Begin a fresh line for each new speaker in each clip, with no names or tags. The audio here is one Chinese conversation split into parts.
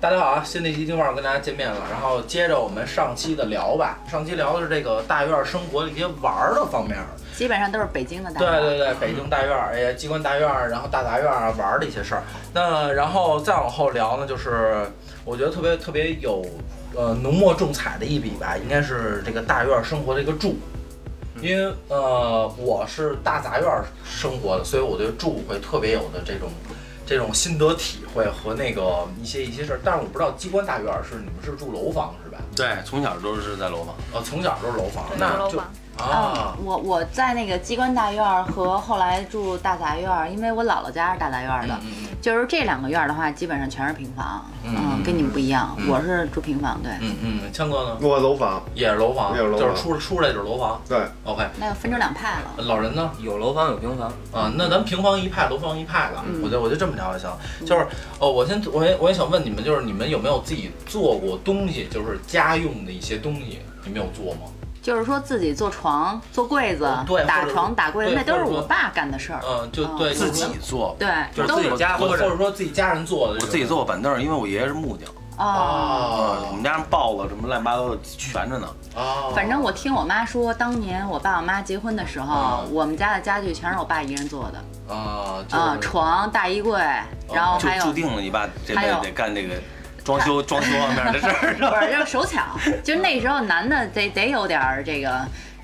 大家好啊，新的一期金话跟大家见面了。然后接着我们上期的聊吧，上期聊的是这个大院生活的一些玩儿的方面。
基本上都是北京的大
对
院
对对，北京大院儿，哎，机关大院儿，然后大杂院儿玩儿的一些事儿。那然后再往后聊呢，就是我觉得特别特别有呃浓墨重彩的一笔吧，应该是这个大院儿生活的一个住。因为呃，我是大杂院儿生活的，所以我对住会特别有的这种这种心得体会和那个一些一些事儿。但是我不知道机关大院儿是你们是住楼房是吧？
对，从小都是在楼房。
呃，从小都是楼房，
对
那
楼
就
房
啊，
嗯，我我在那个机关大院儿和后来住大杂院儿，因为我姥姥家是大杂院儿的，
嗯嗯
就是这两个院儿的话，基本上全是平房，
嗯
跟你们不一样，
嗯
我是住平房，对，
嗯嗯嗯，强哥呢？
我楼房，
也是楼房，
也是楼房
就是出出来就是楼房。
对，
OK，
那就分成两派了。
老人呢？
有楼房有平房，
啊，那咱平房一派，楼房一派吧。
嗯
我就我就这么聊就行。就是哦，我先我也我也想问你们，就是你们有没有自己做过东西，就是家用的一些东西，你们有做吗？
就是说自己做床、做柜子
嗯对、
打
或者
床、打柜子，
对
那都是
或者
我
说
爸干的事儿，
嗯，就
哦
对
自己做，
对，
就是
都
自
是
己
我家
或
或者
者说自己家人做的
我
这种。
自己坐板凳儿，因为我爷爷是木匠，
哦。
啊，我
哦
们家人豹子什么乱七八糟的全着呢。
哦，
反正我听我妈说，当年我爸我妈结婚的时候，
嗯
我们家的家具全是我爸一人做的，
啊
啊，
就是哦
床、大衣柜，然后
就
哦还有
注定了你爸这辈
还有
子得干这个装 修装修方面的事儿。
不是，就是手巧。就那时候男的得得有点儿这个，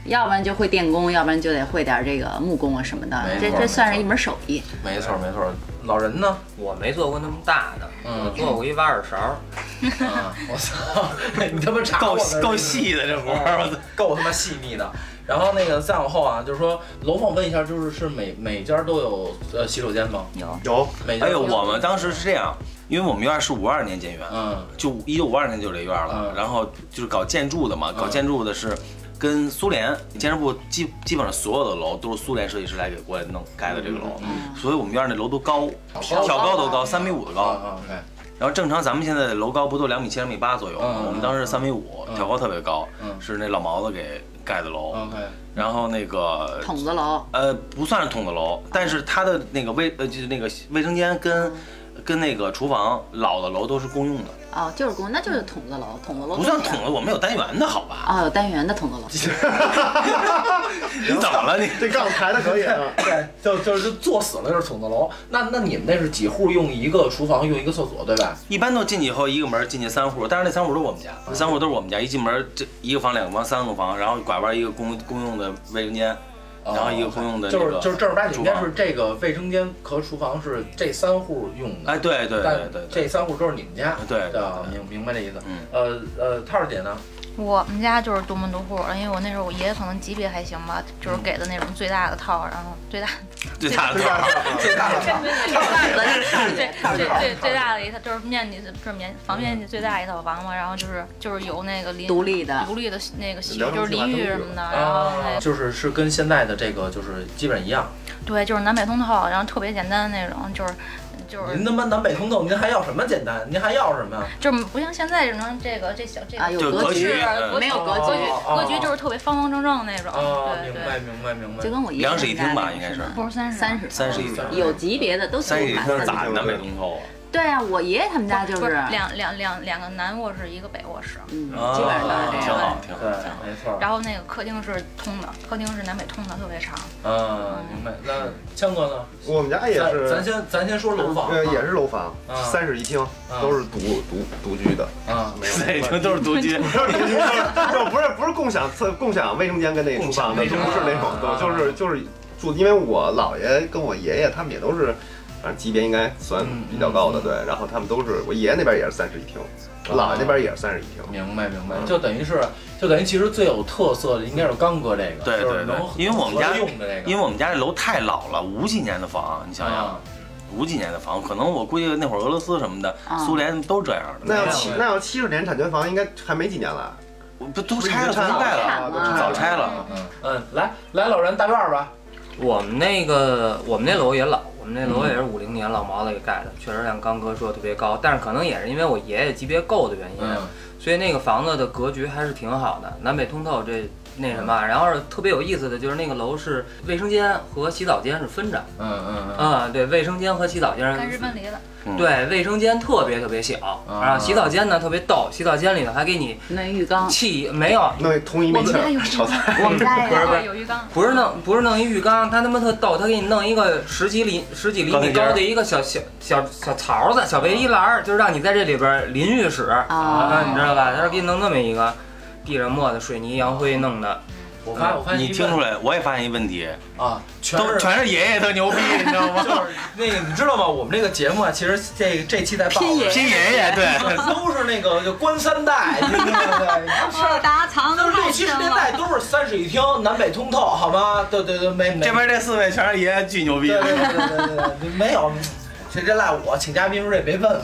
要不然就会电工，要不然就得会点儿这个木工啊什么的
没。
这
错
这算
没
是
错
一门手艺。
没错没错。老人呢？
我没做过那么大的，
嗯
我做过一挖耳勺，
啊，我操， 你他妈查
够
我呢
够细的这活 儿，我操
够他妈细腻的。然后那个再往后啊，就是说楼房问一下，就是是每每家都有呃洗手间吗？
有
有
每家
哎呦，
都有
我们当时是这样，因为我们院儿是五二年建院，
嗯
就一九五二年就这院儿了
嗯，
然后就是搞建筑的嘛，搞
嗯
建筑的是跟苏联建筑部基基本上所有的楼都是苏联设计师来给过来弄盖的这个楼，
嗯
所以我们院儿那楼都高，
挑
高
挑高
啊
都高，三米五的
啊
高。
啊对，
然后正常咱们现在的楼高不都两米七、两米八左右吗
嗯？嗯
我们当时三米五，
嗯
挑高特别高
嗯，
是那老毛子给盖的楼。
OK，。
然后那个
筒子楼，
呃，不算是筒子楼，但是它的那个卫呃就是那个卫生间跟跟那个厨房老的楼都是共用的，
哦，就是工，那就是筒子楼，筒子楼
不算筒子，我们有单元的好吧？
哦，有单元的筒 子楼。
你怎么了你？
这杠抬的可以啊
对，就就是坐死了就是筒子楼。那那你们那是几户用一个厨房用一个厕所对吧？
一般都进去以后一个门进去三户，但是那三户都是我们家，那三户都是我们家。一进门这一个房、两个房、三个房，然后拐弯一个公公用的卫生间，
哦
然后一个公用的那
就
个
是就是正儿八经应该
厨
是
房
这个卫生间和厨房是这三户用的，
哎，对对对
但
对对
这三户都是你们家。
对对
啊，
对，
明明白这意思。
嗯
呃呃，套儿姐呢？
我们家就是独门独户，因为我那时候我爷爷可能级别还行吧，就是给的那种最大的套，然后最大
最大的 套，
最大的套儿，
最大的 对对对最大的一套就是面积就是面房面积最大一套房嘛，然后就是就是有那个淋
独立的
哦
独立的那个洗
聊
就
成
是
计划
淋浴
生
什
活
么的，然后那
啊，就是是跟现在的这个就是基本一样。
对就是南北通透，然后特别简单的那种，就是就是
您他妈南北通透，您还要什么简单？您还要什么呀？
就是不像现在这种这个这小这
啊，
个
有
就
格
格
局
局，
是
嗯
没有格
格
局
局
哦哦
格局就是特别方方正正那种，
啊，
对
明
对。
白明白明白
就。跟我爷爷
哦两室一
他们
厅吧
家
应该
是
是
吗
不是三十啊
三室，
三室一厅，
有级别的都是
三室一
满
厅
三
咋
室
的呢？没通 透
对啊，我爷爷他们家就
不
是，
两两两两个男卧室，一个北卧室，
嗯，
啊，
基本上都是这
挺
样。
好挺
对
好。，
没错。
然后那个客厅是通的，客厅是南北通的，特别长。
嗯，明白。那强哥呢？
我们家也
咱咱
是，
先咱先说楼房啊，
呃，也是楼房
啊，
三室一厅，都是独独独居的，
啊，
没
三室一
有。
厅都是独 居，
不是独居，就不是不是共享厕共享卫生间跟那个厨房的，
共
都
享
不是那
啊
种，都就是就是住，因为我姥爷跟我爷爷他们也都是，反正级别应该算比较
嗯
高的，对。然后他们都是，我爷爷那边也是三室一厅，
啊
我姥爷那边也是三室一厅，
明白明白。
嗯
就等于是，就等于其实最有特色的应该是刚哥这个，
对
就是
对对
能
因为我们家
合用的这个，
因为我们家这楼太老了，五几年的房，你想想
啊，，
五几年的房，可能我估计那会儿俄罗斯什么的
啊，
苏联都这样
那
的，
要七那要七十年产权房应该还没几年了，
不都拆了，
不是
全
已经
盖
拆
了，
了
都
早拆了。
嗯嗯，来来，老人大院儿吧，
我们那个我们那楼也老，我们那楼也是五零年老毛子给盖的，确实像刚哥说的特别高，但是可能也是因为我爷爷级别够的原因，
嗯
所以那个房子的格局还是挺好的，南北通透这那什么，然后特别有意思的就是那个楼是卫生间和洗澡间是分着，
嗯嗯嗯，
啊、对，卫生间和洗澡间
干日本离了，
对，卫生间特别特别小，
啊
然后洗澡间呢特别逗，洗澡间里头还给你
那浴缸，
砌没有，
弄一通一煤
我
气
们家有
儿炒菜，
我们家
不是不
对，
是
有浴缸，
不是弄不是弄一浴缸，他他妈特逗，他给你弄一个十几厘十几厘
钢
米
铁尖儿
高的一个小小小小槽子，小围一栏儿，就是让你在这里边儿淋浴室
哦
啊，你知道吧？他说给你弄那么一个，地上抹的水泥洋灰弄的，
我发我发现
你
一
听
问
出来，我也发现一问题，
啊，嗯全
都
是
全是爷爷特牛逼，你知道
就
吗？
是那个，你知道吗？我们这个节目啊，其实这这期在报
拼爷
拼爷爷，对，
都是那个就官三代，对对对，
哦，大家藏
都
得
是六
太
七
深
十年代
了。
都是三室一厅，南北通透，好吗？对对对，没没
这边这四位全是爷爷，巨牛逼
对。对对对对对对，没有，这这赖我，请嘉宾时候也没问问。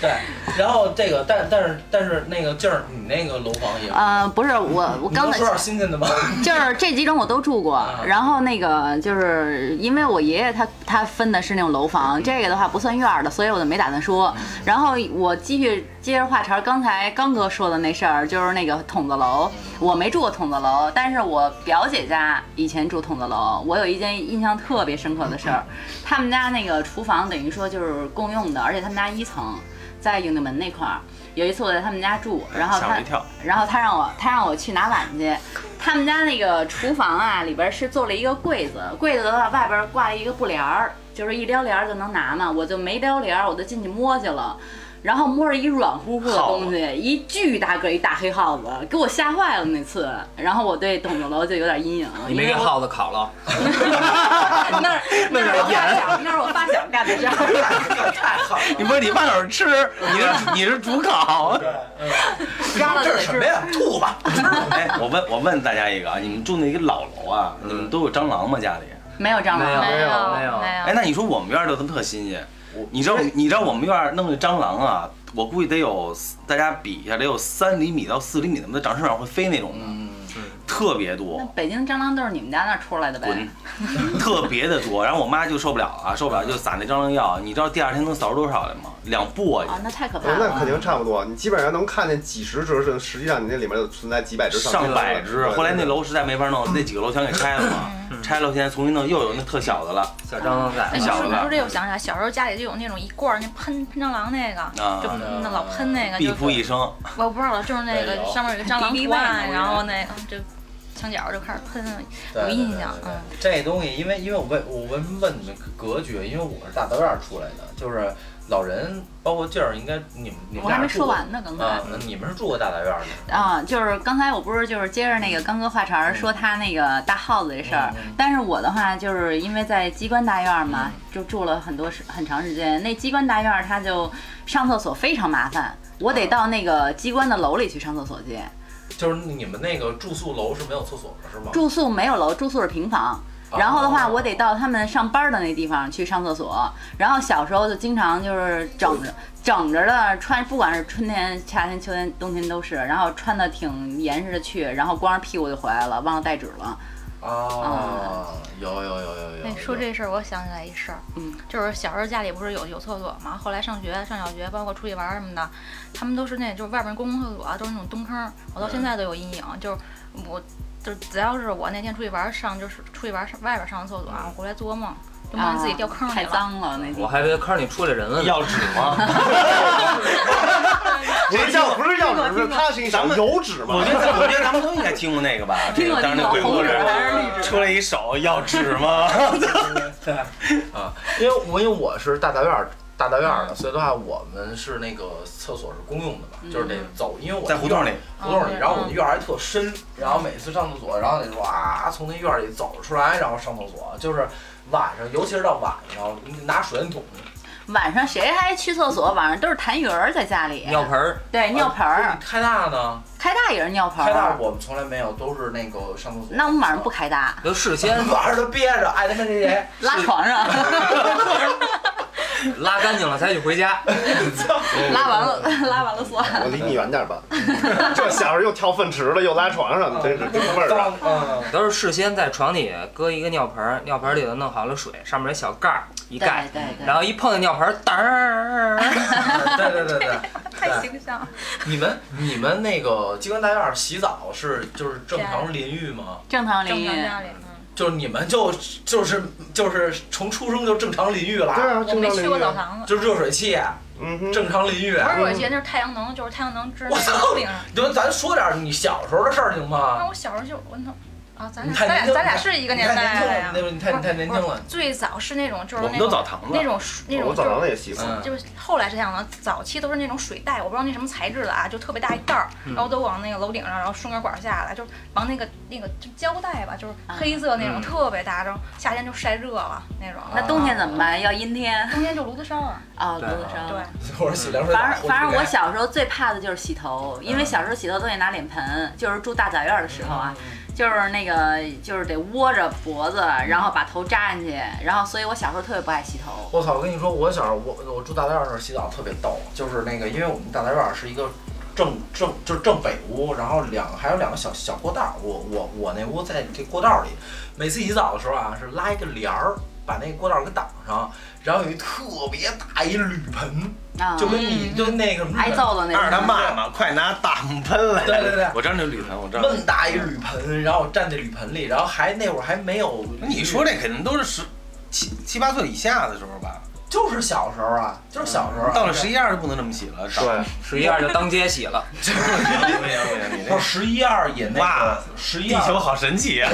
对，然后这个，但但是但是那个劲儿，你那个楼房也，
呃，不是我， 我
你
刚
能
才
说点新鲜的吗？
就是这几种我都住过
啊，
然后那个就是因为我爷爷他他分的是那种楼房，这个的话不算院儿的，所以我就没打算说。然后我继续接着话茬儿，刚才刚哥说的那事儿就是那个筒子楼，我没住过筒子楼，但是我表姐家以前住筒子楼，我有一件印象特别深刻的事儿，他们家那个厨房等于说就是共用的，而且他们家一层在永定门那块儿。有一次我在他们家住，然后
吓我
他
一跳，
然后他让我他让我去拿碗去。他们家那个厨房啊，里边是做了一个柜子，柜子的话外边挂了一个布帘儿，就是一撩帘儿就能拿嘛。我就没撩帘儿，我就进去摸去了，然后摸着一软乎乎的东西，一巨大个一大黑耗子，给我吓坏了那次。然后我对董子楼就有点阴影，
你没给
因为我
耗子烤了，
那儿那是我发小，那是我发小干的事儿。
太好了，
你不是你爸老是吃，你是你是主烤。
扎了就
这
得
是什
治
么呀？吐吧！
哎，我问我问大家一个啊，你们住那个老楼啊，你
嗯
们都有蟑螂吗？家里？
没有蟑螂，
没有
没
没有
没
哎，
有，
那你说我们院儿的他们特新鲜
我，
你知道你知道我们院儿弄的蟑螂啊，我估计得有大家比一下，得有三厘米到四厘米那么的，长身上会飞那种的，特别
那
多，
北京蟑螂都是你们家那儿出来的呗？
滚，特别的多。然后我妈就受不了了，受不了就撒那蟑螂药，你知道第二天能扫出多少来吗？两簸箕。
啊，那太可怕
哦
了。
那肯定差不多。你基本上能看见几十只，是实际上你那里面有存在几百只、
上
千
百
只
只，
了。
后来那楼实在没法弄，那几个楼全给拆了嘛，
嗯
拆了现在重新弄，又有那特小的了。
小蟑螂在
哎，你
小
说
的
你说这又想起来，小时候家里就有那种一罐儿那喷喷蟑螂那个，
啊
就那老喷那个，
必
就
扑一生，
我不知道了，就是那个
对有
上面有一个蟑螂
敌敌
图
畏
案，
嘛
然后那个就墙角就开始喷，
对
有印象
对对对
嗯。
这东西，因为因为我为我为什么问你们格局？因为我是大导院出来的，就是老人，包括劲儿，应该你们你们
我还
俩
没
住
说
过
完呢，刚才。
啊，那你们是住过大杂院儿的？
啊，就是刚才我不是就是接着那个刚哥话茬儿说他那个大耗子这事儿
嗯嗯，
但是我的话就是因为在机关大院儿嘛，就住了很多时很长时间。那机关大院儿它就上厕所非常麻烦，我
嗯
得到那个机关的楼里去上厕所去。
就是你们那个住宿楼是没有厕所的是吗？啊
住宿没有楼，住宿是平房。然后的话，我得到他们上班的那地方去上厕所。然后小时候就经常就是整着整着的穿，不管是春天、夏天、秋天、冬天都是，然后穿的挺严实的去，然后光着屁股就回来了，忘了带纸了。
啊，有有有有有。
那说
有
这事儿，我想起来一事儿，
嗯，
就是小时候家里不是有有厕所嘛，后来上学、上小学，包括出去玩儿什么的，他们都是那，就是外边公共厕所啊都是那种蹲坑儿，我到现在都有阴影，就是我，就是只要是我那天出去玩儿上，就是出去玩儿上外边上完厕所啊，我回来做梦，就梦见自己掉坑
啊太
里了。
脏了那地
我
方。
还以为坑里出来人了呢。
要纸吗？
不是叫不是叫纸，是他是一
咱
想
们
油纸嘛
我。觉得我觉得咱们都应该听过那个吧，
听
这
过
个当时那鬼
听过
故事
红纸还是绿，纸
出来一手要纸吗？
对啊，因为我因为我是大杂院儿大杂院
嗯
儿的，所以的话我们是那个厕所是公用的嘛，就是得走，因为我
在胡同里，
哦
胡同里，然后我那院儿还特深，然后每次上厕所，然后得哇从那院儿里走出来，然后上厕所，就是晚上，尤其是到晚上，你拿水烟筒，
晚上谁还去厕所？晚上都是痰盂儿在家里。
尿盆儿，
对哎尿盆
啊
儿，
开大呢，
开大也是尿盆
开大
儿。
我们从来没有，都是那个上厕所。
那我们晚上不开大，
都事先
晚上都憋着，哎爱他妈谁谁，
拉床上，
拉干净了才去回家。
拉完了拉完了算。
我离你远点吧，这小时候又跳粪池了，又拉床上，真是这个味儿啊！
脏，嗯，
都是事先在床底下搁一个尿盆儿，尿盆儿里头弄好了水，上面有小盖儿一盖，
对对对
然后一碰见尿盆儿，噔儿，
嗯对对对对，
太形象了。
你们你们那个机关大院洗澡是就是正常淋浴吗？
正常
正
淋
常
浴
家里，嗯
就是你们就就是就是从出生就正常淋浴
对
了，
啊，
我
正
没
常
去
淋
过
浴
澡，堂子，
就热水器
嗯哼，
正常淋浴。
不是
嗯
我觉得那是太阳能，就是太阳能治那
我操
个秃顶上。
你们咱说点你小时候的事儿行
那
吗？
我小时候就我操啊，咱
你
俩
太
咱
年
俩
轻，
咱俩是一个年代的呀
你太年轻了，。那你太你太年轻了。
最早是那种就
我
是那
们都
种
澡堂子
那，种水那
我
种
澡
就
堂
是
子也洗过。
嗯
就是后来是这样的，早期都是那种水袋，我不知道那什么材质的啊，就特别大一袋儿，
嗯
然后都往那个楼顶上，然后顺根管儿下来，就是往那个那个就胶带吧，就是黑色那种、
嗯
特别大，然后夏天就晒热了那种。
那冬天怎么办？要阴天
冬天就炉子烧啊，
啊，
对
炉子烧。
对，
啊我说洗凉水澡
反正反正我
洗
小时候最怕的就是洗头，因为小时候洗头都得拿脸盆，就是住大杂院的时候啊，
嗯
就是那个就是得窝着脖子，然后把头扎进去，然后所以我小时候特别不爱洗头。
我操！我跟你说，我小时候我我住大杂院的时候洗澡特别逗，就是那个，因为我们大杂院是一个正正就是正北屋，然后两还有两个小小过道儿，我我我那屋在这过道儿里，每次洗澡的时候啊，是拉一个帘儿把那过道儿给挡上，然后有一特别大一铝盆，
啊，
就跟你就那个什么
挨揍的那种。
二他妈妈，快拿大木盆来！
对对对
我知道那铝盆，我知道。
闷大一铝盆，然后站在铝盆里，然后还那会儿还没有，
你说这肯定都是十七七八岁以下的时候吧？
就是小时候啊，就是小时候啊、
到了十一二就不能这么洗了。 少
对，
十一二就当街洗了，
不行不行不行，你
不
那
是十一二也那
哇
个十一
地
二
球好神奇啊！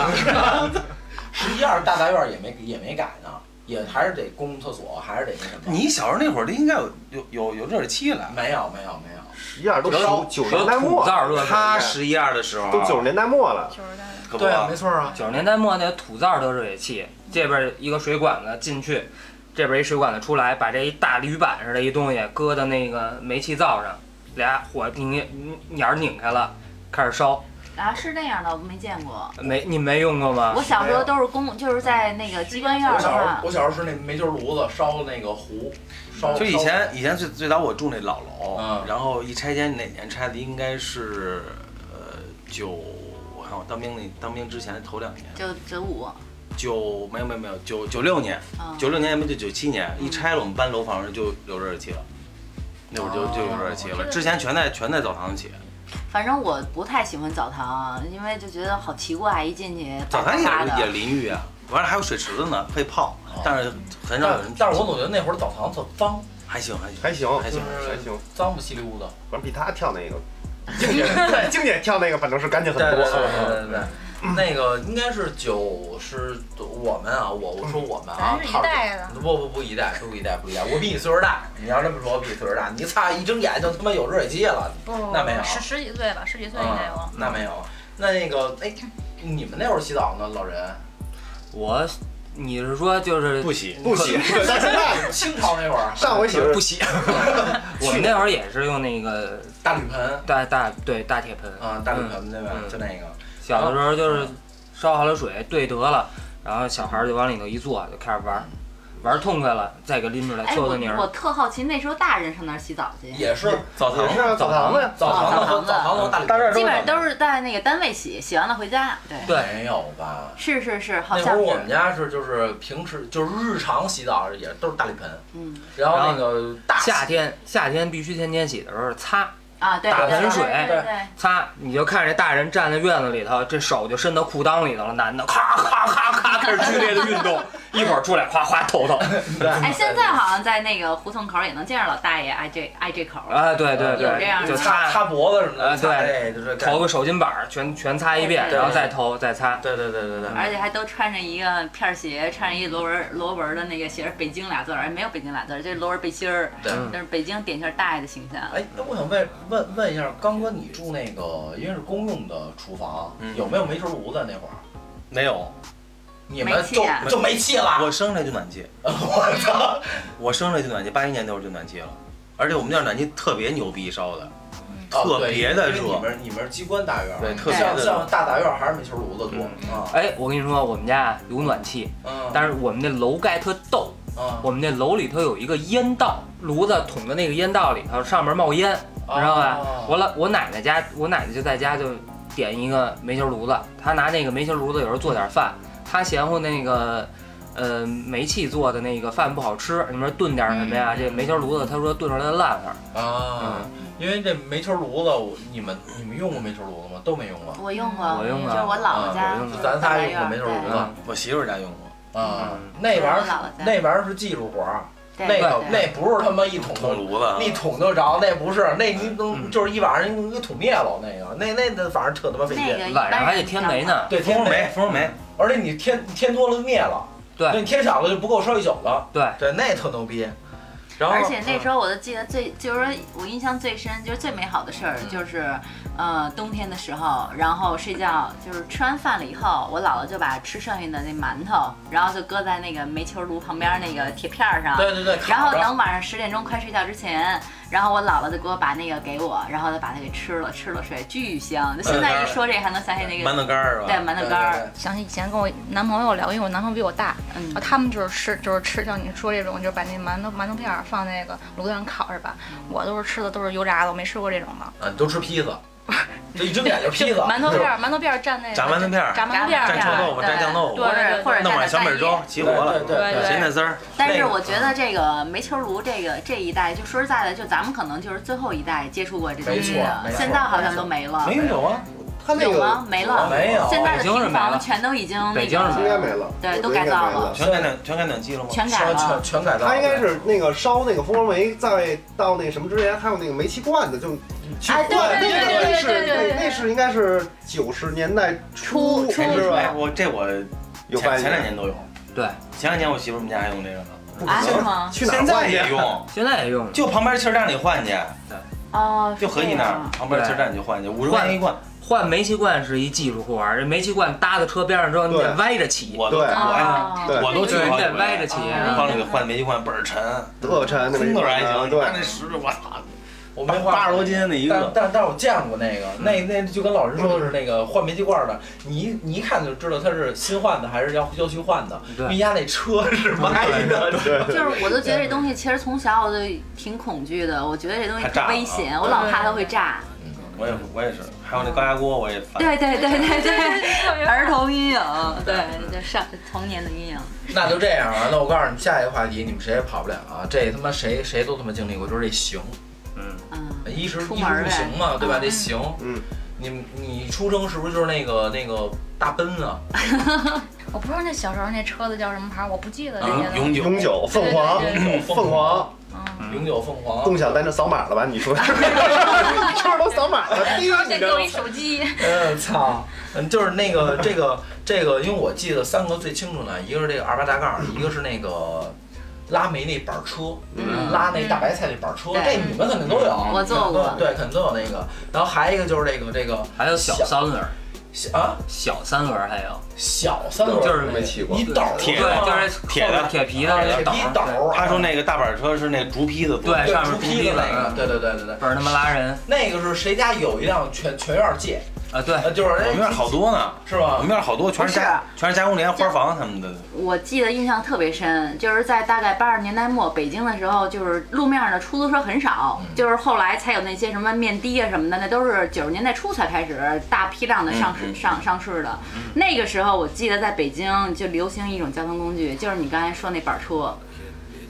十一二大杂院儿也没也没改呢，也还是得公共厕所，还是得那什么。
你小时候那会儿，应该有有有有热水器了。
没有没有没有，
一样都九九十
有
年代
土
末，
灶热水
他
器
十一二的时候啊
都九十年代末了。
就是那
可不
对啊，没错啊。
九十年代末那个土灶热水器，这边一个水管子进去，这边一水管子出来，把这一大铝板似的一东西搁到那个煤气灶上，俩火拧眼儿拧开了，开始烧。
啊，是那样的，我没见过。
没你没用过吗
我？小时候都是公，就是在那个机关院
我
的
小时候
话，
我小时候是那煤球炉子烧那个壶，烧
就以
烧
前以前最最早我住那老楼，
嗯
然后一拆迁哪年拆的？应该是呃九，我看我当兵那当兵之前头两年，
就九五，
九没有没有没有九九六年，
嗯，
九六年没就九七年，一拆了我们搬楼房就有热水器了，那会儿就
哦
就有热水器
我知
了，
道
之前全在全在澡堂子洗，
反正我不太喜欢澡堂，因为就觉得好奇怪，一进去
澡堂
巴巴
也
的
是也淋浴啊，完了还有水池子呢，配泡
哦，
但是很少有人
但，但是我总觉得那会儿澡堂特脏，
还行还行
还行
还
就
行，
是
还行，
脏不稀里糊 的。
反正比他跳那个，静姐静姐跳那个反正是干净很
对对对对
多。
对对。那个应该是九十，我们啊，我我说我们啊，
咱是一
靠着
代的
不不不一代，不一代不一代，我比你岁数大。你要这么说，我比你岁数大。你擦，一睁眼就他妈有热水器了，
不不
那没有
十十几岁吧，十几岁应该有。
嗯那没有，那那个哎，你们那会儿洗澡呢，老人？
我你是说就是
不洗
不洗，到现在
清朝那会儿，
上回洗是
不洗？我们那会儿也是用那个
大铝盆
大大对大铁盆，
啊，大铝盆对吧？
嗯
就那个，
小的时候就是
嗯
烧好了水兑得了，然后小孩儿就往里头一坐就开始玩儿，玩儿痛快了再给拎出来
哎，
搓
我
搓泥
我
儿。
特好奇那时候大人上那儿洗澡去，
也是
澡堂
也是啊澡堂子呀，
澡堂子和
澡堂子
澡堂子和大铝
大
盆
院儿
基本上都是在那个单位洗，洗完了回家。对，
对，
没有吧？
是是是，好
那会
像
儿我们
是。
家是就是平时就是日常洗澡也都是大铝盆，
嗯
然后那个大
夏天夏天必须天天洗的时候擦
啊，对，
打
对
盆
对
水
对对对，
擦，你就看这大人站在院子里头，这手就伸到裤裆里头了，男的咔咔咔咔开始剧烈的运动，一会儿出来哗哗 抖抖。
哎，现在好像在那个胡同口也能见着老大爷挨这挨这口儿。
啊，对对
有这样
对，
的
就
擦
擦
擦脖子什么的，
啊
擦
对
这就是干
投个手巾板儿，全全擦一遍，
对对
然后再投再擦。
对对对对哎对，
而且还都穿着一个片儿鞋，穿着一罗纹罗纹的那个鞋，北京俩字儿，哎，没有北京俩字儿，这罗纹背心儿，
对
就是北京典型大爷的形象。
哎，那我想问问问一下，刚哥，你住那个因为是公用的厨房，
嗯
有没有煤球炉子那会儿？
没有，
你们
煤气
就
啊
就没气了？
我生下来就暖气，
我操！
我生下来就暖气，八一年那会儿就暖气了，而且我们那儿暖气特别牛逼烧的，
哦
特别的
对因为
热
你们你们是机关大院儿，啊
对特
别
像
的热
像大杂院儿还是煤球炉子多啊？
哎，我跟你说，我们家有暖气，
嗯，
但是我们那楼盖特逗，
嗯
我们那楼里头有一个烟道，炉子捅的那个烟道里头，上面冒烟，你知道吧
哦？
我老我奶奶家，我奶奶就在家就点一个煤球炉子，她拿那个煤球炉子有时候做点饭，她嫌乎那个呃，煤气做的那个饭不好吃，你们说炖点什么呀？这煤球炉子，他说炖出来的烂味儿。
啊，因为这煤球炉子，我你们你们用过煤球炉子吗？都没用过。
我用过，
我用过
嗯就是我姥姥
啊
家
我用过，
咱仨用过煤
没
球炉子
嗯
我媳妇儿家用过，
啊
嗯，
那玩意
我姥
儿
姥家
那玩意儿是技术活儿，
对
那个
对
那不是他妈一桶
捅
就
炉子啊，
一桶就着，那不是那你能
嗯
就是一晚上给捅灭了那个，那那那反正特他妈费
那
劲。
个一般
晚上还得
人
添
比较
煤
少。
呢。
对，
蜂
天
窝煤，
没，
蜂窝煤，
而且你天天多了灭了，
对
那你天少了就不够烧一宿了。
对，
对，那特牛逼。然后嗯
而且那时候我就记得最，就是说我印象最深，就是最美好的事
嗯
儿，就是，呃，冬天的时候，然后睡觉，就是吃完饭了以后，我姥姥就把吃剩下的那馒头，然后就搁在那个煤球炉旁边那个铁片儿上，
对对对，
然
烤
后
着
等晚上十点钟快睡觉之前，然后我姥姥就给我把那个给我，然后她把它给吃了，吃了睡，巨香。就现在一说这还能想起那
馒
个
头干儿是
对
吧？
馒头
对对
干儿，
对
想起以前跟我男朋友聊，因为我男朋友比我大，
嗯
啊，他们就是吃，就是吃像你说这种，就是把那馒头馒头片儿放那个炉子上烤是吧？
嗯
我都是吃的都是油炸的，我没吃过这种的。
啊，你都吃披 萨，这一睁眼就披萨，
馒头
是
片
吧
儿，馒头片儿蘸那个
炸馒头片儿
炸馒头片儿
蘸臭豆腐，
啊对
蘸酱豆腐，
对
或者或者
弄碗小
蘸
米
点蛋
粥
液，
齐活了。
对对
对
咸菜丝儿，
但
那
是
个
我觉得这个煤球炉这个这一代，就说实在的，就咱们可能就是最后一代接触过这东西
没错
的
没，错
现在好像都没了。
没有啊，
他那
有
个
吗？没了。
没有
现在的
北京是
平
没了
房全都已经那个
北京是
应该没了，
对
我觉得
都改
应该
造
没
了
全改暖全改暖气了吗？
全改
全
了
全。全改造了，
他应该是那个烧那个蜂窝煤，在到那什么之前，还有那个煤气罐子，就去
哎对
灌那
对对
个
对
那
对
是
对对
那那是应该是九十年代初
初初
是
哎，
吧？
我这我
有
前
发
前两
现
年都有，
对，
前两年我媳妇儿们家还用这个呢，
不
啊，
可
是
能
吗？
去哪儿
现在
换去
也？用，
现在也用。
就旁边汽车站里换去，
哦，
就合计那儿
是
旁边汽车站你就换去，五十块钱一罐，
换煤气罐是一技术活儿，这煤气罐搭在车边上之后，你得
对
歪着骑，
我都我
这
对
样
哎，
哦
对
我嗯都去
对，你
好几
得歪着
回。
骑。
啊
帮着给换煤气罐倍儿沉，
特沉那个煤
空
气
头
罐
还行，
子，
你看那
对，
石头，我操，
我没
八
画
八十多斤那一
但
个，
但但我见过那个，那那就跟老师说的是那个换煤气罐的，你一你一看就知道它是新换的还是要要去换的。
对
人家那车是卖的，
对，
就是我都觉得这东西其实从小我就挺恐惧的，我觉得这东西特危险，我老怕它会炸。
我也我也是，还有那高压锅我也烦。
对对对对对，
特 别
儿童阴影，对，就上童年的阴影。
那就这样啊。那我告诉你们，下一个话题你们谁也跑不了啊！这他妈谁谁都他妈经历过，就是这行，
嗯，
嗯，
衣食
出
衣
门
食住
儿呗
行嘛，对吧？这行，
嗯，
你们你出生是不是就是那个那个大奔啊？
我不知道那小时候那车子叫什么牌儿，我不记得这些
嗯永
了。
永久
永久凤凰
对对
永久
凤凰，
嗯，
永久凤凰，啊
共享单车扫码了吧？你说是不是都扫码了？叮
这
你
给
这
我一手机，
嗯， 操，嗯，就是那个这个这个，因为我记得三个最清楚的，一个是这个二八大盖儿，一个是那个拉煤那板车，
嗯
拉那大白菜那板车，
对嗯
这你们肯定都有，
我坐过
肯定都有对，肯定都有那个。然后还有一个就是这个这个
还有小三轮儿，
小啊
小三轮儿还有，
小三轮，
就是
没骑过
一，斗儿
铁
啊
对，就是
铁
后
的
面铁皮的
铁
那个
皮斗
斗
儿，啊
他说那个大板车是那竹坯子做的，
对
对
上
竹
面
坯的那个，对对对对对
儿，。倍儿他妈拉人
那个是谁家有一辆全全院儿借，
啊！对，
呃，就是
我们院儿好多呢，
是
我
吧
们？院儿好多嗯全是啊家全是加工连花房他们的，
我记得印象特别深，就是在大概八十年代末北京的时候，就是路面上的出租车很少，
嗯
就是后来才有那些什么面的啊什么的，那都是九十年代初才开始大批量的上市、
嗯嗯
上上市的。那个时候我记得在北京就流行一种交通工具，就是你刚才说那板车。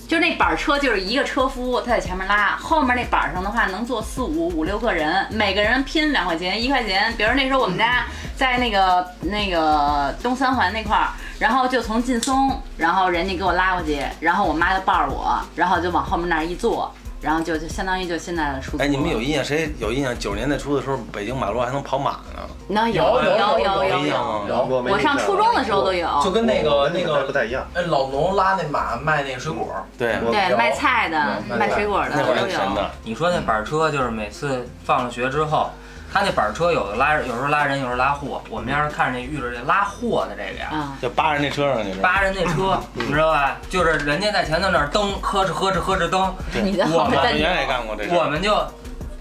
就是那板车，就是一个车夫，他在前面拉，后面那板上的话能坐四五五六个人，每个人拼两块钱，一块钱。比如那时候我们家在那个那个东三环那块儿，然后就从劲松，然后人家给我拉过去，然后我妈就抱着我，然后就往后面那儿一坐，然后就就相当于就现在的出租。
哎，你们有印象？谁有印象？九十年代初的时候，北京马路上还能跑马呢，
那有有有有有，
有
有，
没
我上初中的时候都有，
就跟那
我
个
跟
那
你们还
个
不太一样，
哎，老农拉那马卖那水果，
对，
我
对
有
卖菜的、
有
卖水果的
那会儿
都
挺神
有。
的，
你说那板儿车就是每次放了学之后，他那板儿车有的拉，有时候拉人，有时候拉货。我们要是看着那遇着这拉货的这个呀，
啊，
就扒着那车上去是吧？
扒着那车，你知道吧？就是人家在前头那儿蹬，呵哧呵哧呵哧蹬，
你的
我
好
们
笨
原来也干过这事，
我们就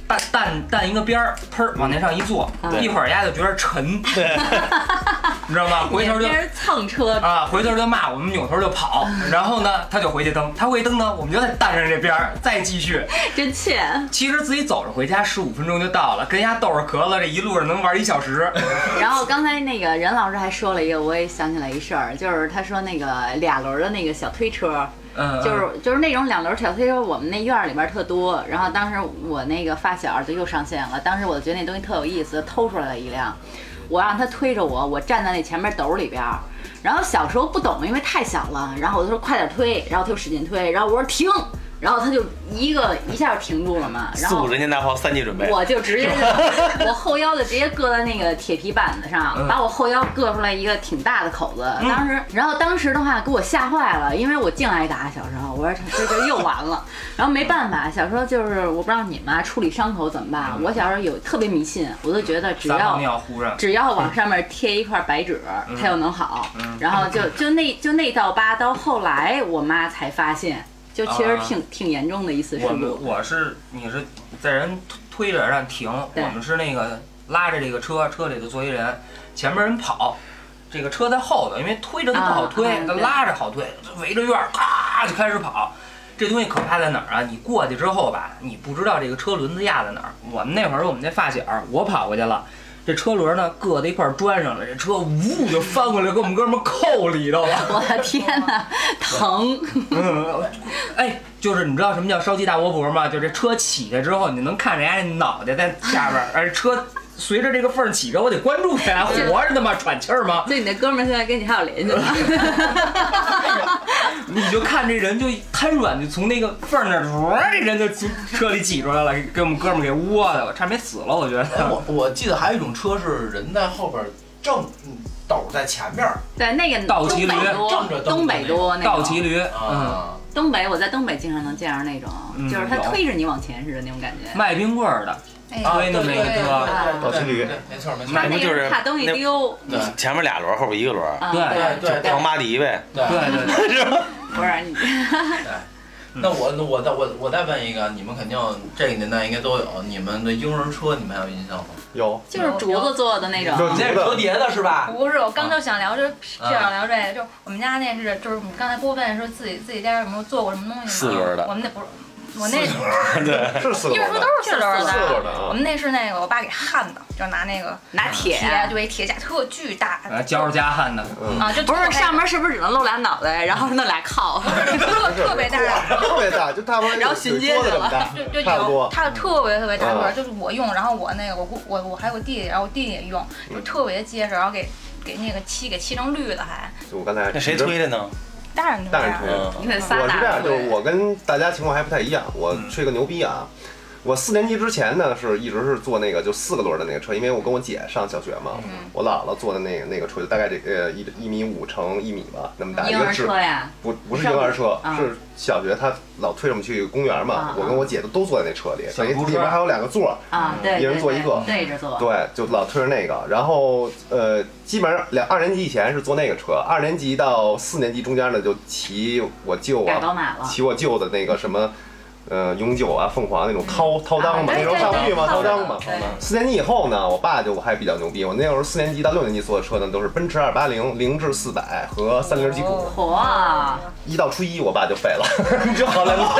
蛋蛋蛋一个边儿，砰儿往那上一坐，
嗯
一会儿丫就觉得沉，你 知道吗？回头就
别人蹭车，
啊，回头就骂我们，扭头就跑，
嗯
然后呢，他就回去蹬，他回去蹬呢，我们就在蛋上这边儿再继续。
真欠。
其实自己走着回家，十五分钟就到了，跟人家逗着咳了，这一路上能玩一小时。
然后刚才那个任老师还说了一个，我也想起来一事儿，就是他说那个俩轮儿的那个小推车，
嗯，
就是就是那种两轮小推车，我们那院儿里边儿特多。然后当时我那个发小就又上线了，当时我就觉得那东西特有意思，偷出来了一辆，我让他推着我，我站在那前面斗里边儿。然后小时候不懂，因为太小了，然后我就说快点推，然后他就使劲推，然后我说停，然后他就一个一下就停住了嘛，然
四
后
五十年大炮三级准备，
我就 直接就我后腰就直接硌在那个铁皮板子
嗯
上，把我后腰硌出来一个挺大的口子。当时，然后当时的话给我吓坏了，因为我净挨打，小时候我说这这又完了。然后没办法，小时候就是我不知道你们啊处理伤口怎么办，我小时候有特别迷信，我就觉得只
嗯撒泡
要
尿嗯糊上，
只要往上面贴一块白纸，它就能好。然后就就那就那道疤，到后来我妈才发现，就其实
啊
挺挺严重的一次事
我们
故。
我是你是在人推着让停，
对
我们是那个拉着这个车，车里头坐一人，前面人跑，这个车在后头，因为推着它不好
啊
推，
啊
它
对
拉着好推，围着院儿咔就开始跑。这东西可怕在哪儿啊？你过去之后吧，你不知道这个车轮子压在哪儿。我们那会儿，我们那发小，我跑过去了。这车轮呢，硌在一块砖上了，这车呜就翻过来，给我们哥们儿扣里头了。
我的天哪， 疼！
嗯， 哎，就是你知道什么叫烧鸡大窝脖吗？就这车起来之后，你能看着人家那脑袋在下边儿，而车随着这个缝儿起着，我得关注起来，活着的吗？喘气儿吗？
就你那哥们儿现在跟你还有联系吗？
你就看这人就瘫软，就从那个缝儿那儿，唰这人就从车里挤出来了，给我们哥们儿给窝的，我差点没死了，我觉
哎
得。
我我记得还有一种车是人在后边正嗯斗在前面儿
对，那个
倒
东
骑驴
北
正着
多，
蹬
东北多那种。
倒骑驴，嗯，
啊，
东北我在东北经常能见着那种，
嗯
就是他
有
推着你往前似的那种感觉。
卖冰棍儿的，
哎
啊
推那么一个
对对对对
车
对
倒骑驴
对没错没错，
他
那
那个
不就是
怕东西
那
丢。
对
前面俩轮儿，后边一个轮儿，
啊
对
对对
皇马第一位。
对
对对对，
不是你，
那我那我再我我再问一个，你们肯定这个年代应该都有，你们对婴儿车你们还有印象吗？
有
就是竹子做的那种。
有
你那是折叠的是吧？
不是，我刚就想聊，就是就想聊这个，就是我们家那是，就是你刚才不是问说自己自己家有没有做过什么东西吗？
四轮儿的
我们那不是，我那
是四
一
个
会儿
轮的
说都，是四轮儿
四个轮
的。
的
我
啊，
们那是那个我爸给焊的，就拿那个
拿铁，
铁，对，铁架特巨大
啊，焦家汉的，
啊，就
不
特
是
别
上面是不是只能露俩脑袋，然后弄俩靠？
特特别大，
特别大，就大不多
然后巡街
有桌
去
子这么大，
就就
差不
有
多。
它特别特别大
嗯
个儿，就是我用，然后我那个我姑我我还有我弟弟，然后我弟弟也用，就
嗯
特别结实，然后给给那个漆给漆成绿的还，
就我刚才
那谁推的呢？
大人
大人推的
呀，
嗯，
你得
我
仨
是这
大
样，就是
腿。
我跟大家情况还不太一样。我
嗯
吹个牛逼啊！我四年级之前呢，是一直是坐那个就四个轮儿的那个车，因为我跟我姐上小学嘛，
嗯
我姥姥坐的那个那个车，就大概这呃一一米五乘一米吧，那么大一
婴
个
儿
纸
车呀，
不不是婴儿车
啊，
是小学他老推着我们去公园嘛
啊，
我跟我姐都都坐在那车里，
小
等于
竹
里
车
边还有两个座儿，
啊，对，
一人
对
坐一
对
个
对着坐。
对，就老推着那个。然后呃，基本上两二年级以前是坐那个车，二年级到四年级中间呢就骑我舅
改宝
啊，
马了，
骑我舅的那个什么。呃，永久啊，凤凰那种掏掏裆嘛，
啊
那时候
对
上不去嘛，掏
对
裆嘛。
对
四年级以后呢，我爸就还比较牛逼，我那会儿四年级到六年级坐的车呢，都是奔驰二八零、零至四百和三菱吉普。
哦嚯，
一到初一，我爸就废了， 就好两年，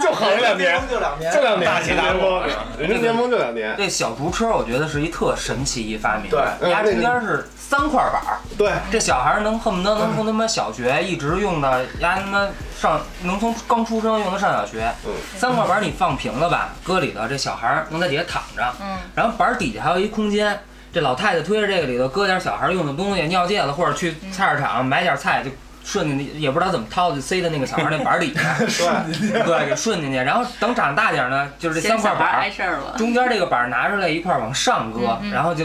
就好两年，
就两年
就两年，
大起大落
人生巅峰就两年。
这小竹车我觉得是一特神奇一发明，
对
嗯
它
那个
中间是三块板儿，
对，
这小孩儿能恨不得能从他妈小学一直用到丫他妈上，能从刚出生用到上小学。
嗯
三块板儿你放平了吧，搁里头，这小孩儿能在底下躺着。
嗯，
然后板儿底下还有一空间，这老太太推着这个里头搁点小孩儿用的东西，尿介了或者去
嗯
菜市场买点菜就。顺进去也不知道怎么掏，就塞到那个小孩儿那板儿里面，对，给 顺进去。然后等长大点儿呢，就是这
现在
三
小
块
孩
板
儿
儿
碍事儿了。
中间这个板儿拿出来一块儿往上搁，然后就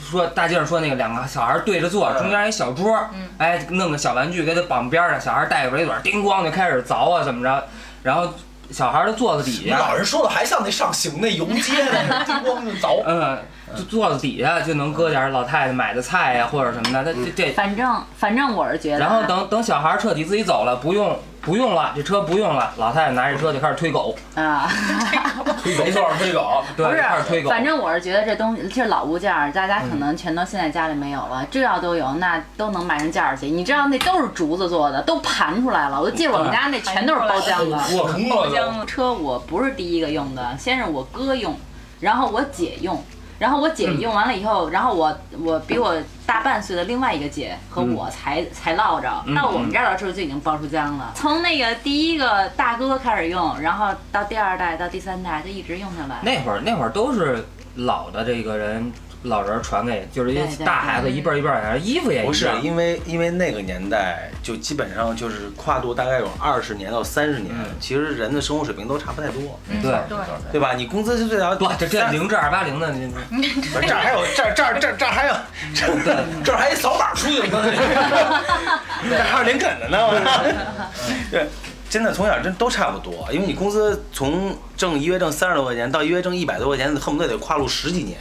说大劲儿说那个两个小孩儿对着坐，中间一小桌，
嗯
哎，弄个小玩具给他绑边儿上，小孩儿带个围嘴儿，叮咣就开始凿啊，怎么着，然后小孩儿的座子底
你
下
老，人说的还像那上刑那游街的，叮咣就凿。
嗯，就座子底下就能搁点儿老太太买的菜呀、或者什么的，他这这
反正反正我是觉得啊，
然后等等小孩儿彻底自己走了，不用不用了，这车不用了，老太太拿着车就开始推狗，
啊，
推狗，没错，推狗。
对，
不
就开始推
是，
狗。
反正我是觉得这东西这老物件儿，大家可能全都现在家里没有了，这要都有，那都能卖人价儿去。你知道那都是竹子做的，都盘出来了。我记得我们家那全都是包浆的。
我疼了
浆
都。
了，
车我不是第一个用的，先是我哥用，然后我姐用，然后我姐用完了以后，然后我我比我大半岁的另外一个姐和
嗯
我才、才落着，到我们这儿的时候就已经爆出浆了。从那个第一个大哥开始用，然后到第二代到第三代就一直用下来。
那会儿那会儿都是老的这个人老人传给，就是一
对对嗯
大孩子一辈儿一辈儿传，衣服也一
不是
样。
因为因为那个年代就基本上就是跨度大概有二十年到三十年，其实人的生活水平都差不太多，
嗯
对
对，
对吧？你工资是最少
哇，这这零至二八零的，你
不是这儿还有这儿这儿这儿这儿还有这儿
这儿还一扫把出去了，
这儿还有林肯的呢。对，真的从小真都差不多，因为你工资从挣一月挣三十多块钱到一月挣一百多块钱，恨不得得跨入十几年，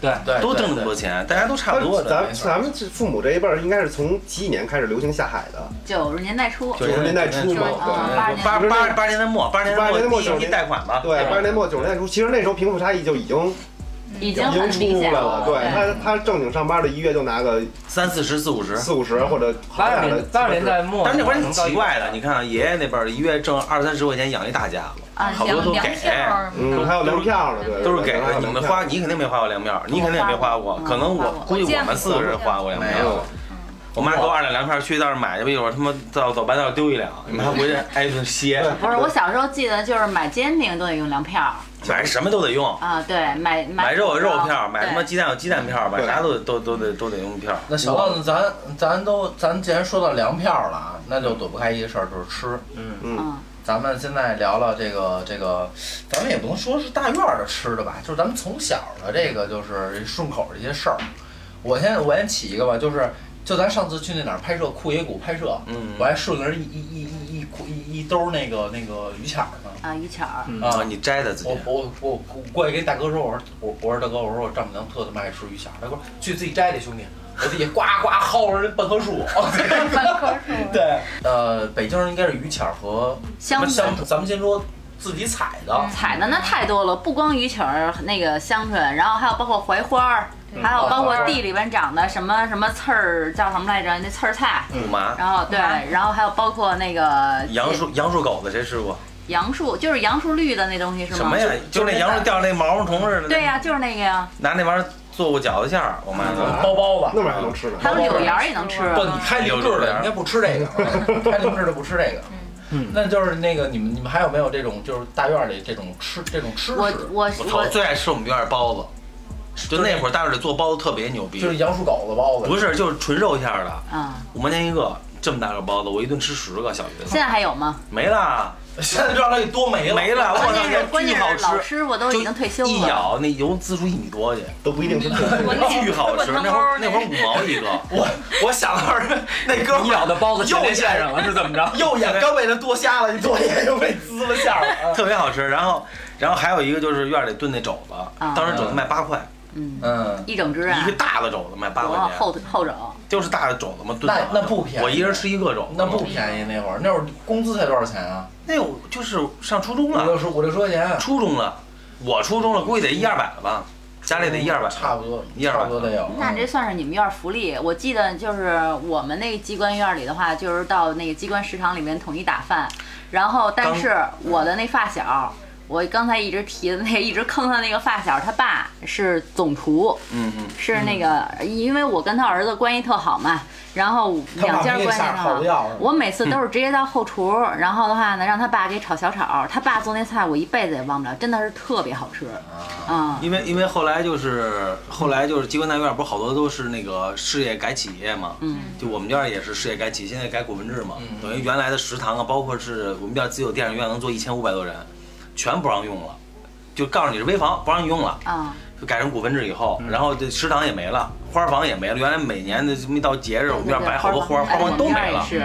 对，
哎对，
都挣这么多钱，大家都差不多的。
咱们咱们这父母这一辈儿应该是从几几年开始流行下海的？
九十年代初，
九十年代初嘛，
啊
对。
八
八八八十年代末，八十
八十
代
年代末
第一批贷款吧，
对，八十年末九十年代初，其实那时候贫富差异就已经
已
已
经很明
出
显
来了。对
对，
他，他正经上班的一月就拿个
三四十四五十，
四五十或者
八
好
十
点
年
的，
八十年代末，
但是那会儿挺
能到
奇怪的，你看啊爷爷那辈儿一月挣二三十块钱养一大家子，
啊
好多都
粮
给
粮票儿什么
嗯，
的，
还有粮票呢，对，
都是给
还
的。
有
你们
粮票
花，你肯定没花过粮票，你肯定也没花过
我花，过
可能
嗯我花过
我估计我们四个人花过粮
没有
票。我妈给我二两粮票去那儿买去，一会儿他妈到走半道丢一两，你们还回去挨顿歇，
对
不是，我小时候记得就是买煎饼都得用粮票儿
买什么都得用，
啊，对，买
买
买
肉有肉票，
对
买他妈鸡蛋有鸡蛋票，买啥都得都都得都得用票。
那小浪子，咱咱都咱既然说到粮票了啊，那就躲不开一个事儿，就是吃。
嗯，
嗯，
咱们现在聊聊这个这个，咱们也不能说是大院儿的吃的吧，就是咱们从小的这个就是顺口这些事儿。我先我先起一个吧，就是就咱上次去那哪儿拍摄库野谷拍摄，
嗯
我还顺着一一一一一库一一兜儿那个那个鱼签儿呢。
啊，鱼巧儿，
嗯
啊，你摘的自己
我，我我我过去跟大哥说，我说我我说大哥，我说我丈母娘特他妈爱吃鱼馅儿，他说去自己摘去，兄弟，我自己呱呱薅着人 半棵树。
半棵树。
对，呃，北京人应该是鱼签儿和
香
香
椿。，
咱们先说自己采的。
采的那太多了，不光鱼球儿那个香椿，然后还有包括槐花儿，还有包括地里边长的什么什么刺儿叫什么来着？那刺儿菜，
虎麻、
嗯
然后对，然后还有包括那个
杨树、杨树狗子，谁吃过？
杨树，就是杨树绿的那东西是吗？
什么呀？就那杨树掉那毛毛虫似的。
对呀、就是那个呀，
拿那玩意儿做过饺子馅儿，我妈说。
啊包包吧，
那玩意儿还能吃呢。
还有柳芽儿也能吃。
不，你开零制的应该不吃这个，嗯开零制的不吃这个。那就是那个你们你们还有没有这种就是大院里这种吃这种吃
我
食，
我
我操，
我
最爱吃我们院儿包子，就那会儿大院里做包子特别牛
就是
逼，
杨树狗子包子，
不是就是纯肉馅儿的，
啊，
五毛钱一个，这么大个包子，我一顿吃十个小鱼
现在还有吗？
没啦，
现在让那多没了
没了，我
关
操，
键是关
巨
键
好
是老
吃，
师傅都
就
已经退休
一
了，
咬那油滋出一米多去，
都不一定是
嗯
正确的。
我那
巨好吃，那会儿那会儿五毛一 个，
我我想到是那哥们
你咬
儿
的包子全
又
连
一
线
下
上了是怎 么着？
右眼刚被他剁瞎了，左眼又被滋了馅儿了。
特别好吃。然后然后还有一个就是院儿里炖那肘子，当时肘子卖八块，
嗯，
嗯，
一整只
一
啊
个，大的肘子卖八块
哇，
钱，
后后肘，
就是大的肘子嘛，炖的
那那不便宜
我一人吃一个肘子，
那不便宜那会儿，那会儿工资才多少钱啊？
那我就是上初中
五六
了，
十五六十块钱，啊
初中了，我初中了，估计得一二百了吧，家里得一二百，
差不多，
一二百
差不多得有。
那这算是你们院儿福利。我记得就是我们那个机关院儿里的话，就是到那个机关食堂里面统一打饭。然后，但是我的那发小，我刚才一直提的那 个一直坑他那个发小，他爸是总厨，
嗯嗯，
是那个，因为我跟他儿子关系特好嘛，然后
他
两
爸
家
没
关
给
系
下
特
好
好
的药是吧。
我每次都是直接到后厨，然后的话呢，让他爸给炒小炒。他爸做那菜我一辈子也忘不了，真的是特别好吃啊！
因为因为后来就是后来就是机关大院不是好多都是那个事业改企业嘛，
嗯，
就我们院儿也是事业改企，现在改股份制嘛，
嗯
等于原来的食堂啊，包括是我们院儿自有电影院能坐一千五百多人，全不让用了，就告诉你是危房，不让你用了。
啊，
就改成股份制以后，
嗯
然后这食堂也没了，花儿房也没了。原来每年的这么一到节日，我们院儿摆好多花儿，花
哎
儿
我
房
们
都
院儿
没
也
了。
是，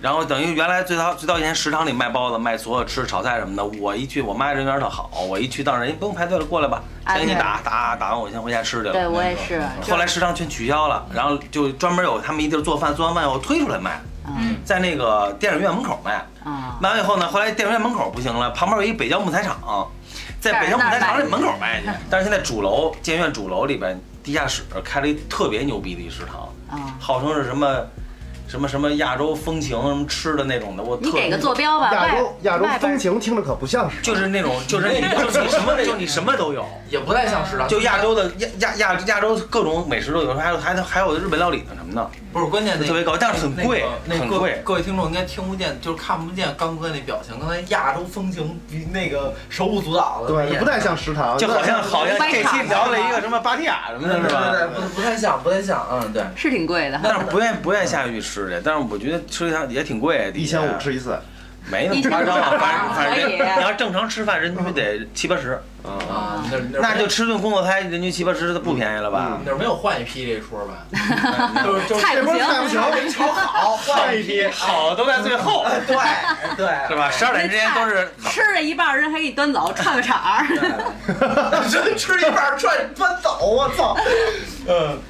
然后等于原来最早最早以前食堂里卖包子、卖所有吃炒菜什么的，我一去我妈人缘特好，我一去到那儿人家不用排队了，过来吧，
啊
先给你
对
打打打完，我先回家吃去了。
对我也是，
后来食堂全取消了，然后就专门有他们一地儿做饭，做完饭以后推出来卖，
嗯
在那个电影院门口卖。
啊，
卖完以后呢，后来电影院门口不行了，旁边有一北郊木材厂，在北郊木材厂里门口卖去。但是现在主楼建院主楼里边地下室开了一特别牛逼的一食堂，
啊，
号称是什么什么什么亚洲风情什么吃的那种的，我
你
特
给个坐标吧，
亚
外
洲亚洲
外边
风情听着可不像是，
就是那种就是你就是你什么就你什 么都有。
嗯也不太像食堂，
就亚洲的亚亚亚亚洲各种美食都有，还有还有还有日本料理呢什么的。
不是关键那
特别高但是很贵
那个那
很
各
贵
各位听众应该听不见，就是看不见刚哥那表情。刚才亚洲风情比那个手舞足蹈的，
对，不太像食堂，
就好像好像
掰
这
场啊
期
子
聊了一个什么芭提雅什么
对啊
的，
对
是吧？
对，不不太像，不太像，嗯，对。
是挺贵的，
但是不愿意不愿意下去吃去，但是我觉得吃一趟也挺贵，啊
一千五吃一次，
没那么夸张啊，反正反
可以
正你要正常吃饭，人均得七八十，
嗯，
啊，那
那就吃顿工作餐，人均七八十，它不便宜了吧？
嗯
那没有换一批这一说 吧？就是就是
菜不
这不是菜不
行
行，
没炒好， 换一批。
好都在最后，
哎对对，
是
嗯
吧？十二点之前都是
吃了一半儿人还给你端走，串个场儿。
真吃一半转搬走，我操！嗯，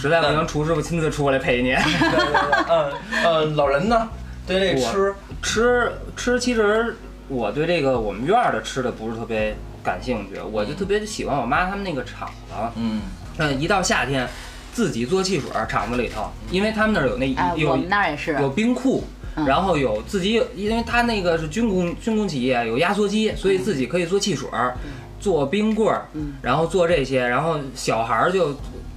实在不行，厨师傅亲自出来 陪你。
嗯嗯，老人呢？对这吃，
吃吃，其实我对这个我们院儿的吃的不是特别感兴趣，我就
嗯
特别喜欢我妈他们那个厂子。
嗯，
嗯，一到夏天，自己做汽水儿，厂子里头，因为他们那儿有那
嗯哎，我
有
们那儿也是，
有冰库。
嗯
然后有自己有，因为他那个是军工军工企业，啊有压缩机，所以自己可以做汽水儿，做冰棍儿，
嗯
然后做这些，然后小孩儿就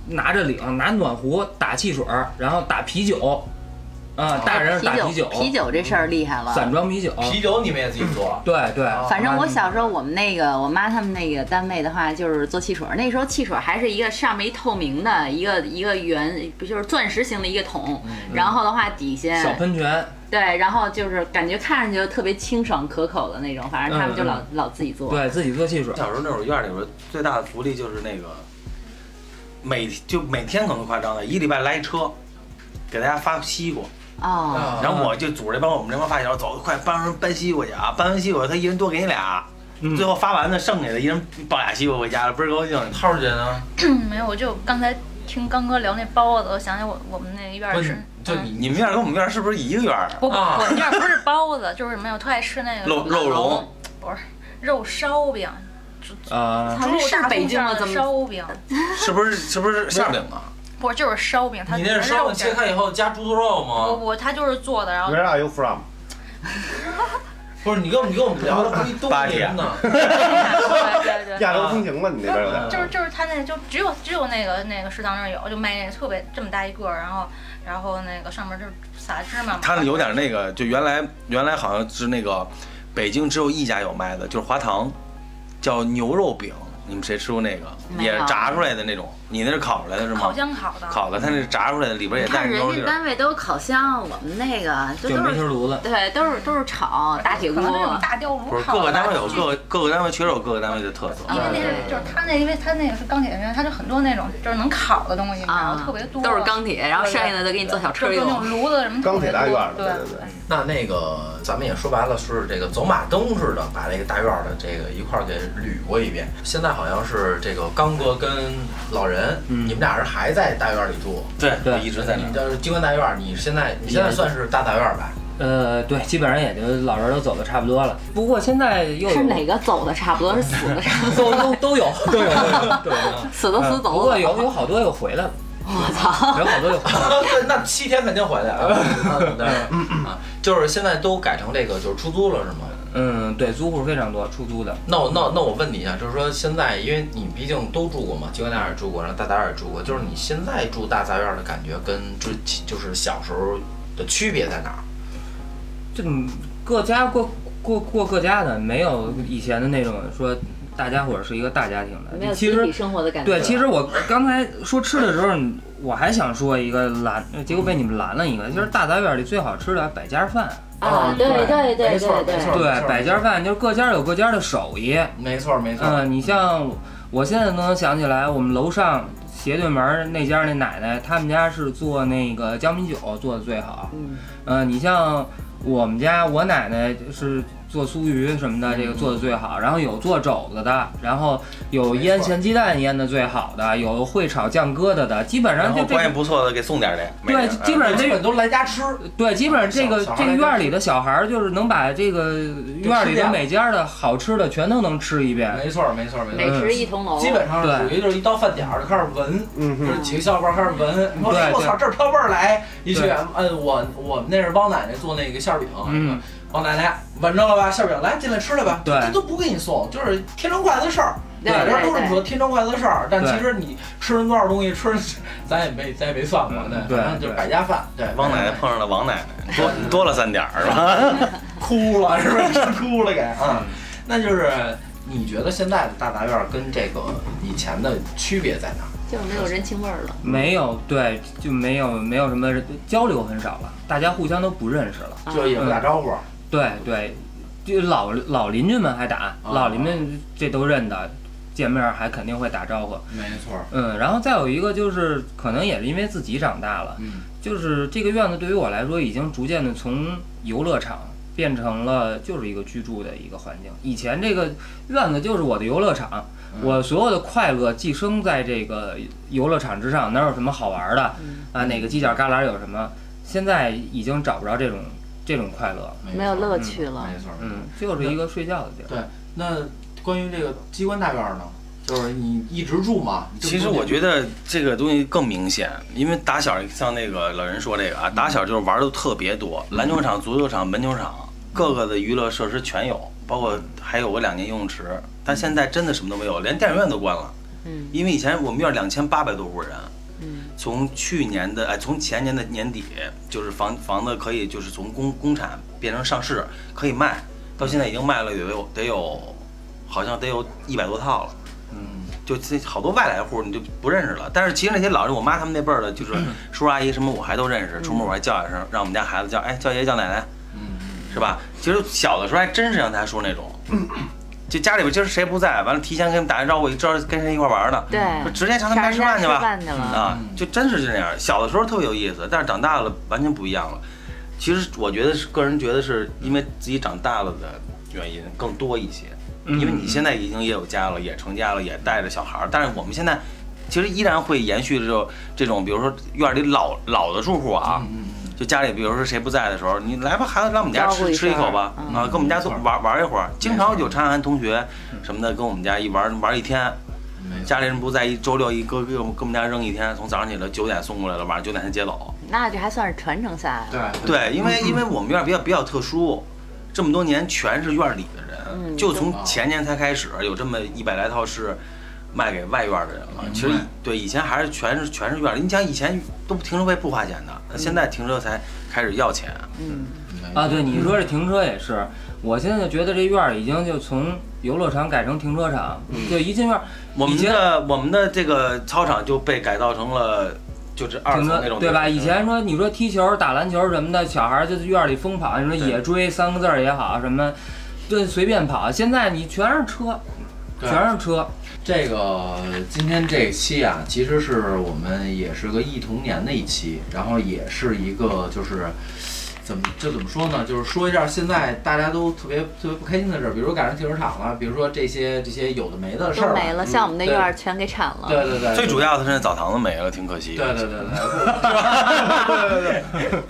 拿着领拿暖壶打汽水儿，然后打啤酒，啊、大人是打
哦啤啤酒这事儿厉害了。
散装啤酒，
啤酒你们也自己做？
对对，
啊
反正
嗯
我小时候，我们那个我妈他们那个单位的话，就是做汽水儿。那时候汽水儿还是一个上面一透明的一个一个圆，不就是钻石形的一个桶，
嗯
然后的话底下
小喷泉，
对，然后就是感觉看上去就特别清爽可口的那种。反正他们就
嗯
老、老自己做。
对自己做汽水，
小时候那会儿院里边最大的福利就是那个每就每天可能夸张的，一礼拜来一车，给大家发西瓜。
啊
哦，
然后我就组织帮我们这帮发小走，快搬人搬西瓜去啊！搬完西瓜，他一人多给你俩，
嗯
最后发完的剩下的一人抱俩西瓜回家了，倍儿高兴。
套儿姐呢？
嗯没有，我就刚才听刚哥聊那包子，我想起我我们那院儿
不
是
是，，就
嗯
你
你们院儿跟我们院儿是不是一个院儿啊？
不不，
啊
我们院儿不是包子，就是什么呀？我特爱吃那个
肉
什么
肉蓉，
不是肉烧饼，
呃，
他
猪
们
肉
是
大
北
葱
京
馅
吗？
儿的
怎么？
烧饼？
啊是不是是不是馅饼啊？
不是，就是烧饼，它
你那是烧饼切开以后加猪头肉
不
吗？
不，它就是做的，然后
嗯
Where are you from？
不是，你跟我们你跟我们聊的 不一东西呢？
嗯对 对
嗯
对。
亚洲风情吧，你那边有点。
就是就是他那就只有只有那个那个食堂那儿有，就卖那个特别这么大一个，然后然后那个上面就是撒芝麻嘛。
他那有点那个，就原来原来好像是那个北京只有一家有卖的，就是华堂，叫牛肉饼。你们谁吃过那个？
没有
也是炸出来的那种，你那是烤出来的是吗？
烤箱烤的，
烤的，它那是炸出来的，里边也
看
带着
人
牛肉
家
粒儿。
单位都有烤箱，我们那个就
就
都
煤球
是
炉子，
对，都是都是炒大铁
可
锅。
能那种大吊炉
不是嗯
烤的。
各个单位有各个各个单位确实有各个单位的特色。
因为那
对对
是
对
就是他那，因为他那个是钢铁人，他就很多那种就是能烤的东西，然
啊
后，特别多，
都是钢铁，然后剩下的都给你做小
就
车
就那
用。
种炉子什么特
钢
别
铁
多
大院儿，
对
对对。
那那个咱们也说白了是这个走马灯似的，把这个大院儿的这个一块儿给捋过一遍。现在好像是这个刚哥跟老人，你们俩人还在大院儿里住，
对
对
我一直在那
你
儿。
就是机关大院儿，你现在你现在算是大大院儿吧？
呃，对，基本上也就老人都走的差不多了。不过现在又有
是哪个走的差不多？是死的差不多，
都都都 有都有都有都有，
死的死，
嗯
走
哎
不过
的
有
走。
有好多又回来了，
我操！
有好多又回来了。
对，那七天肯定回来啊。对啊，就是现在都改成这个就是出租了是吗？
嗯，对，租户非常多，出租的。
那我那我那我问你一下，就是说现在，因为你毕竟都住过嘛，金光大院也住过，然后大杂院也住过，就是你现在住大杂院的感觉跟之前就是小时候的区别在哪儿？
这种各家过过过各家的，没有以前的那种说大家伙儿是一个大家庭
没有
的。其
集体
实
生活的感觉。
对，其实我刚才说吃的时候，我还想说一个拦，结果被你们拦了一个。就是大杂院里最好吃的百家饭，
啊，对
对
对对
没错
对
没错
对，
对，百家饭嗯就是各家有各家的手艺。
没错没错，
嗯，你像我现在都能想起来，我们楼上斜对门儿那家那奶奶，他们家是做那个江米酒做的最好。
嗯，
呃，你像我们家我奶奶是做酥鱼什么的，这个做的最好。然后有做肘子的，然后有腌咸鸡蛋腌的最好的，有会炒酱疙瘩的，基本
然
上
后
就这
关系
个。
不错的给送点儿去，没
对
事儿，
基本上
基
这
本
个
都来家吃，
对，基本上这个
小孩
这
来家
个院儿里的小孩儿，就是能把这个院儿里的每家的好吃的全都能吃一遍。
没错儿没错儿没
美
错
食一铜
儿，
楼，
基本上是属于就是一到饭点儿就开始闻，
嗯
就
哼，
是几个小伙伴开始闻，说
对
哎我操，
对
这是他味儿来。一去，
对
嗯，我我们那是帮奶奶做那个馅儿饼，
嗯，
帮奶奶闻着了吧，馅儿饼来进来吃来吧，
对
这都不给你送，就是天成筷子的事儿。
对
每边
对
都这么说，
对，
天成筷子的事儿。但
对
其实你吃了多少东西，吃咱也没咱也没算过，
嗯
对，
对
反正就是百家饭。对，
王奶奶碰上了王奶奶，多你多了三点儿是
嗯
吧？
哭了，是不是？哭了给，嗯，那就是。你觉得现在的大杂院儿跟这个以前的区别在哪儿？
就是没有人情味儿了。
没有，对，就没有没有什么交流很少了，大家互相都不认识了。
啊
就也不打招呼，
对对，就老老邻居们还打，老邻居这都认得，见面儿还肯定会打招呼。
没错儿，
嗯，然后再有一个就是，可能也是因为自己长大了，
嗯，
就是这个院子对于我来说，已经逐渐的从游乐场变成了就是一个居住的一个环境。以前这个院子就是我的游乐场，我所有的快乐寄生在这个游乐场之上，哪有什么好玩的
嗯
啊？哪个犄角旮旯有什么？现在已经找不着这种这种快乐了。
没有乐趣了。
没错儿，
嗯，就是一个睡觉的地儿。
那关于这个机关大院儿呢，就是你一直住嘛？
其实我觉得这个东西更明显，因为打小像那个老人说这
嗯
个啊，打小就是玩的特别多，篮球场、足球场、门球场，各个的娱乐设施全有，包括还有个两年游泳池。但现在真的什么都没有，连电影院都关了。
嗯
因为以前我们院两千八百多户人，
嗯
从去年的哎，从前年的年底，就是房房子可以就是从公公产变成上市可以卖，到现在已经卖了得有得有，好像得有一百多套了。
嗯，
就这好多外来户你就不认识了。但是其实那些老人，我妈他们那辈儿的，就是叔叔阿姨什么我还都认识，出门我还叫一声，让我们家孩子叫哎叫爷爷叫奶奶，是吧？其实小的时候还真是像他说那种，就家里边今儿谁不在，完了提前跟他们打声招呼，知道跟谁一块儿玩呢，
对，
就直接上他
上
们家
人
吃
家
饭
吃
去吧。
饭去了。
啊，就真是这样。小的时候特别有意思，但是长大了完全不一样了。其实我觉得是个人觉得是因为自己长大了的原因更多一些，因为你现在已经也有家了，也成家了，也带着小孩儿。但是我们现在其实依然会延续着这种，比如说院里老老的住户啊，就家里比如说谁不在的时候，你来吧，孩子来我们家
照顾
吃
一
吃一
下
口吧，
嗯
啊，跟我们家坐玩玩一会儿。嗯经常有长安同学什么的跟我们家一玩玩一天，家里人不在，一周六一搁给我们跟我们家扔一天，从早上起来九点送过来了，晚上九点才接走。
那这还算是传承下来了。
对，
嗯
对，因为因为我们院儿比较比较特殊，这么多年全是院儿里的人，
嗯
就从前年才开始
嗯
有这么一百来套是卖给外院儿的人了。其实以对以前还是全是全是院儿里，你想以前都停车费不花钱
嗯
的，现在停车才开始要钱。
嗯，
啊，对，你说这停车也是，我现在就觉得这院儿已经就从游乐场改成停车场，就一进院儿，
我们
以前
的我们的这个操场就被改造成了就是二
停
层
车
那种
对吧？
地方嗯
以前说你说踢球、打篮球什么的，小孩儿就是院儿里疯跑，你说
对
野追三个字儿也好，什么对随便跑，现在你全是车，
对
全是车，
这个今天这一期啊，其实是我们也是个忆童年的一期，然后也是一个就是。怎么这怎么说呢？就是说一下现在大家都特别特别不开心的事儿，比如说赶上停车场了，比如说这些这些有的没的事
都
儿
没
了。
了，像我们那
对
院儿全给铲了。
对对对，
最主
要。
要的是澡堂子没了，挺可惜。
对对对对对对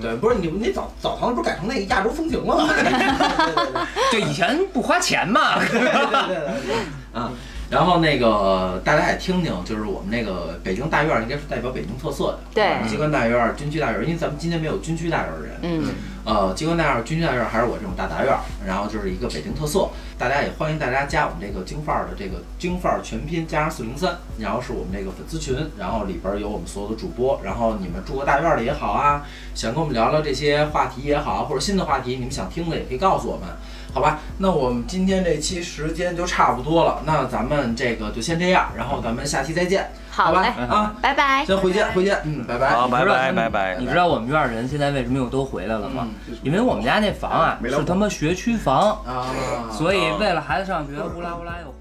对，对不是你们那澡澡堂子不是改成那个亚洲风情了吗？对对对对
就以前不花钱嘛，
对对对，啊，然后那个大家也听听，就是我们那个北京大院儿应该是代表北京特色的，
对
机关大院儿、军区大院儿，因为咱们今天没有军区大院儿的人，
嗯，
呃，机关大院儿、军区大院儿还是我这种大杂院儿，然后就是一个北京特色，大家也欢迎大家加我们这个京范儿的这个京范儿全拼加上四零三，然后是我们这个粉丝群，然后里边儿有我们所有的主播，然后你们住过大院儿的也好啊，想跟我们聊聊这些话题也好，啊或者新的话题你们想听的也可以告诉我们，好吧？那我们今天这期时间就差不多了，那咱们这个就先这样，然后咱们下期再见，
好
吧？
嘞，
啊，
拜拜。
先回见回见，嗯，拜拜。
好，
你知道
拜拜
咱
拜
们
拜。
你知道我们院儿人现在为什么又都回来了
嗯
吗？因为我们家那房啊
没聊
是
过
他妈学区房，
啊，
所以为了孩子上学，呼啦呼啦又回来了。